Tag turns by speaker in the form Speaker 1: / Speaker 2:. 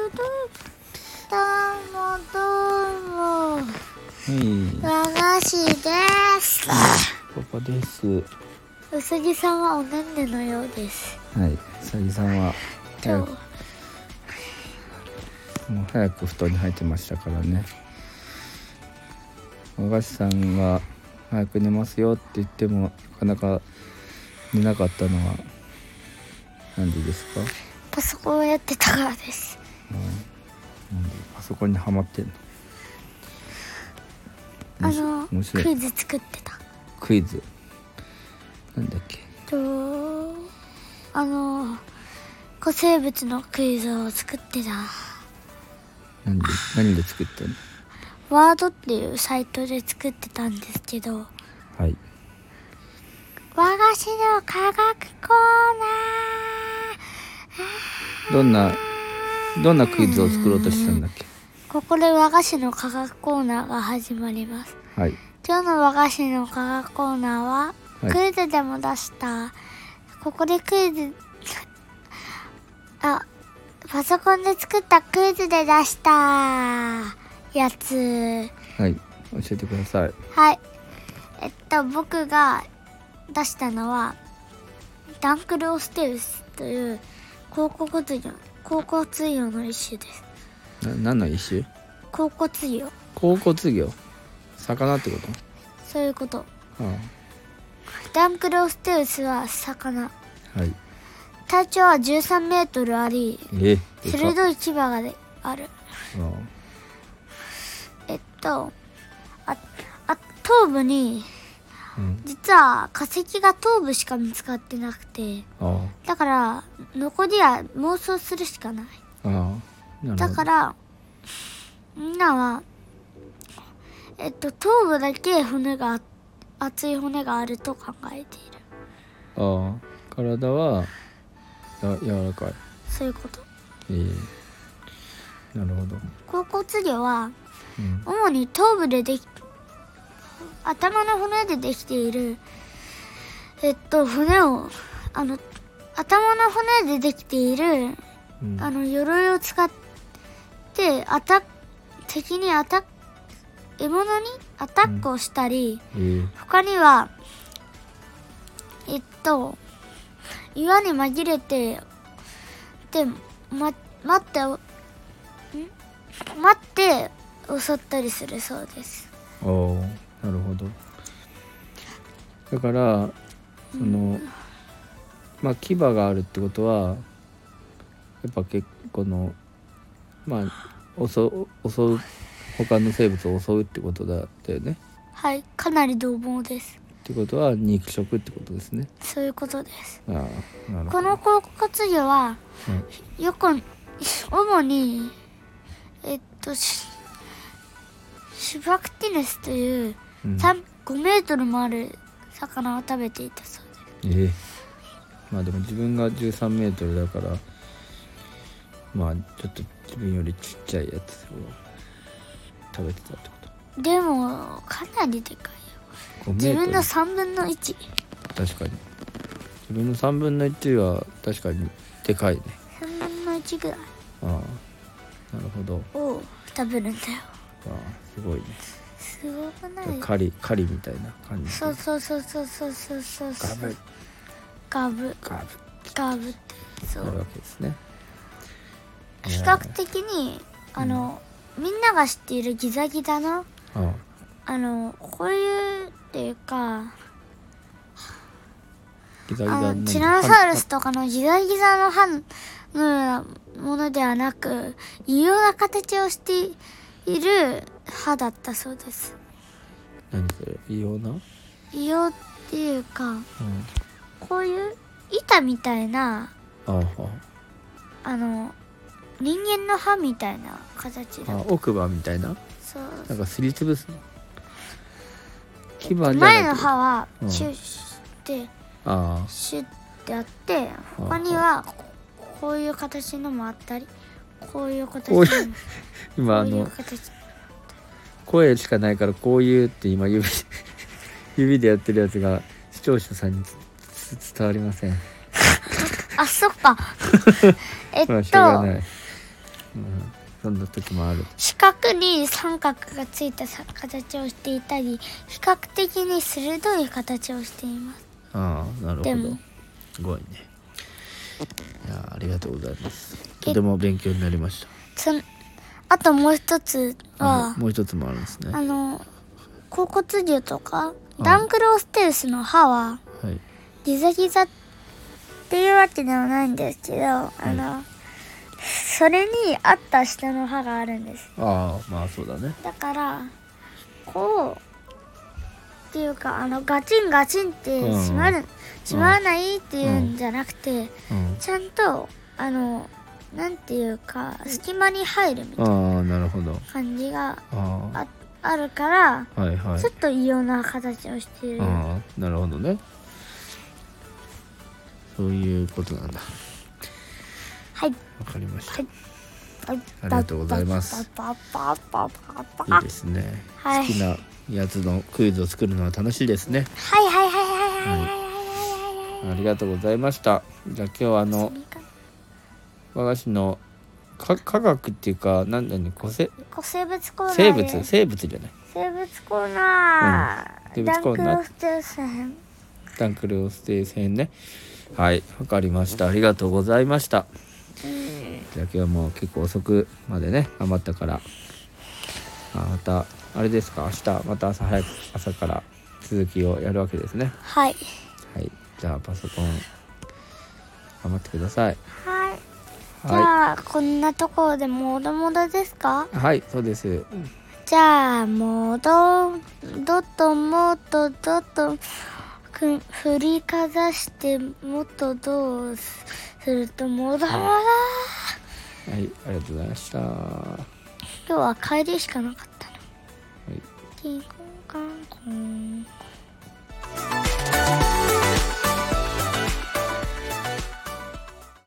Speaker 1: どうもどうも
Speaker 2: はい、
Speaker 1: 和菓子です
Speaker 2: ここです。は
Speaker 1: うさぎさんはおねんねのようです
Speaker 2: い、さぎさんは早
Speaker 1: 今
Speaker 2: くもう早く布団に入ってましたからね。和菓子さんが早く寝ますよって言ってもなかなか寝なかったのはなんでですか？
Speaker 1: パソコンをやってたからです
Speaker 2: なんでパソコンにはまってんの？
Speaker 1: あの
Speaker 2: 面白い
Speaker 1: クイズ作ってた
Speaker 2: クイズなんだっけ？
Speaker 1: とあの古生物のクイズを作ってた
Speaker 2: なんで何で作ったの？
Speaker 1: ワードっていうサイトで作ってたんですけど
Speaker 2: はい。
Speaker 1: 和菓子の科学コ
Speaker 2: どんなどんなクイズを作ろうとしたんだっ
Speaker 1: ー
Speaker 2: け？
Speaker 1: ナーここで和菓子の科学コーナーが始まります
Speaker 2: はい。
Speaker 1: 今日の和菓子の科学コーナーは、
Speaker 2: はい
Speaker 1: クイズでも出したここでクイズあパソコンで作ったクイズで出したやつ
Speaker 2: はい。教えてください。
Speaker 1: はいえっと僕が出したのはダンクルオステウスという甲骨魚甲骨魚の一種です
Speaker 2: な何の一種
Speaker 1: 甲骨魚
Speaker 2: 甲骨魚魚ってこと
Speaker 1: そういうこと
Speaker 2: あ
Speaker 1: ダンクルオステウスは魚
Speaker 2: あはい
Speaker 1: 体長は13メートルあり
Speaker 2: えでかっ
Speaker 1: 鋭い牙がである
Speaker 2: あ
Speaker 1: えっとああ頭部に
Speaker 2: あうん
Speaker 1: 実は化石が頭部しか見つかってなくて
Speaker 2: あ
Speaker 1: だから残りは妄想するしかない
Speaker 2: あああなるほど
Speaker 1: だからみんなはえっと頭部だけ骨があ厚い骨があると考えている
Speaker 2: ああ体はや柔らかい
Speaker 1: そういうこと
Speaker 2: ええなるほ
Speaker 1: 甲
Speaker 2: ど、
Speaker 1: 骨魚は
Speaker 2: うん、
Speaker 1: 主に頭部ででき頭の骨でできているえっと骨をあの頭の骨でできている
Speaker 2: うん
Speaker 1: あの鎧を使ってアタック敵にアタック獲物にアタックをしたり、
Speaker 2: え
Speaker 1: 他にはえっと岩に紛れてで、ま、待ってん待って襲ったりするそうです
Speaker 2: えああなるほどだからそのまあ牙があるってことはやっぱ結構のまあ襲う襲う他の生物を襲うってことだったよね
Speaker 1: はいかなり獰猛です
Speaker 2: ってことは肉食ってことですね
Speaker 1: そういうことです
Speaker 2: ああなる
Speaker 1: こ
Speaker 2: ほど
Speaker 1: の甲骨魚は
Speaker 2: うん
Speaker 1: よく主にえっとシシュバクティネスという
Speaker 2: うん
Speaker 1: 3 5メートルもある魚を食べていたそうです
Speaker 2: ええまあでも自分が1 3メートルだからまあちょっと自分よりちっちゃいやつを食べてたってこと
Speaker 1: でもかなりでかいよ
Speaker 2: 5メ
Speaker 1: 自
Speaker 2: ート
Speaker 1: 分
Speaker 2: ル
Speaker 1: の3分の1
Speaker 2: 確かに自分の3分の1は確かにでかいね
Speaker 1: 3分の1ぐらい
Speaker 2: ああなるほど
Speaker 1: を食べるんだよ
Speaker 2: ああすごいね
Speaker 1: すごくない
Speaker 2: 狩り狩りみたいな感じ
Speaker 1: そうそうそうそうそうそうそう
Speaker 2: ガブ
Speaker 1: ガブ
Speaker 2: ガ
Speaker 1: ガブってそ
Speaker 2: ブなる
Speaker 1: う
Speaker 2: わけですね
Speaker 1: 比較的にあの、みんなが知っているギザギザの
Speaker 2: ああ
Speaker 1: あのこういうっていうか
Speaker 2: ギザギ
Speaker 1: あ
Speaker 2: ザ
Speaker 1: の
Speaker 2: の
Speaker 1: ティラノサウルスとかのギザギザの歯のようなものではなく異様な形をしている歯だったそうです
Speaker 2: 何それ異様な、うん、
Speaker 1: 異様っていうかこういう板みたいな
Speaker 2: ああ
Speaker 1: あの人間の歯みたいな形
Speaker 2: あ
Speaker 1: だ
Speaker 2: あ奥歯みたいな
Speaker 1: そう
Speaker 2: なんかすりつぶすの牙じゃない
Speaker 1: 前の歯は
Speaker 2: うん
Speaker 1: シュッして
Speaker 2: あ
Speaker 1: シュッてあって
Speaker 2: うん
Speaker 1: 他にはここういう形のもあったりこういう形の
Speaker 2: こ
Speaker 1: も
Speaker 2: う
Speaker 1: こ
Speaker 2: いう今あ
Speaker 1: ういう
Speaker 2: の
Speaker 1: 形
Speaker 2: 声しかないからこういうって今指 指でやってるやつが視聴者さんにつつ伝わりません
Speaker 1: あそっ かえっ
Speaker 2: まあしょうが
Speaker 1: と
Speaker 2: ない、うん、そんな時もある
Speaker 1: 四角に三角がついたさ形をしていたり比較的に鋭い形をしています
Speaker 2: ああなる
Speaker 1: でも
Speaker 2: すごいねいやありがとうございますとても勉強になりました
Speaker 1: そんあともう一つ
Speaker 2: あ
Speaker 1: は
Speaker 2: もう一つもあるんですね
Speaker 1: あ
Speaker 2: は
Speaker 1: の甲骨竜とかダンクローステウスの歯はいギザギザっていうわけではないんですけど、あのそれに合った下の歯があるんです
Speaker 2: ああまあそうだね
Speaker 1: だからこうっていうかあのガチンガチンって
Speaker 2: うん
Speaker 1: 閉まる、閉まらないっていうんじゃなくて、
Speaker 2: うん
Speaker 1: ちゃんとあのなんていうか隙間に入るみたいな
Speaker 2: ああなるほど
Speaker 1: 感じが
Speaker 2: あ
Speaker 1: ああるから
Speaker 2: あはいはい
Speaker 1: ちょっと異様な形をしている、
Speaker 2: ああなるほどねそういうことなんだ
Speaker 1: はい
Speaker 2: わかりました、
Speaker 1: はい
Speaker 2: ありがとうございます
Speaker 1: パパパパパ
Speaker 2: い、い
Speaker 1: パ
Speaker 2: ですね、
Speaker 1: はい
Speaker 2: 好きなやつのクイズを作るのは楽しいですね
Speaker 1: はいはいはいはいはいはいはいはい
Speaker 2: ありがとうございましたじゃあ今日はあの和菓子のか科学っていうか何だねこせ
Speaker 1: こう生物コーナー
Speaker 2: 生
Speaker 1: で
Speaker 2: 物生物じゃない
Speaker 1: 生物コーナー、
Speaker 2: うん生
Speaker 1: ダ
Speaker 2: 物
Speaker 1: ン
Speaker 2: コー
Speaker 1: ク
Speaker 2: ナー
Speaker 1: ロステーション
Speaker 2: ダンクルをステイ編ねはいわかりましたありがとうございましたじゃあ今日も結構遅くまでね余ったからあまたあれですか明日また朝早く朝から続きをやるわけですね
Speaker 1: はい
Speaker 2: はいじゃあパソコン頑張ってください
Speaker 1: はいじ
Speaker 2: は
Speaker 1: ゃあ、こんなところでもどもどですか
Speaker 2: いはいそうです
Speaker 1: じゃあもどどともとどとく振りかざしてもっとどうすするともどもど
Speaker 2: はいありがとうございましたは
Speaker 1: 今日は帰りしかなかったの
Speaker 2: い
Speaker 1: 銀行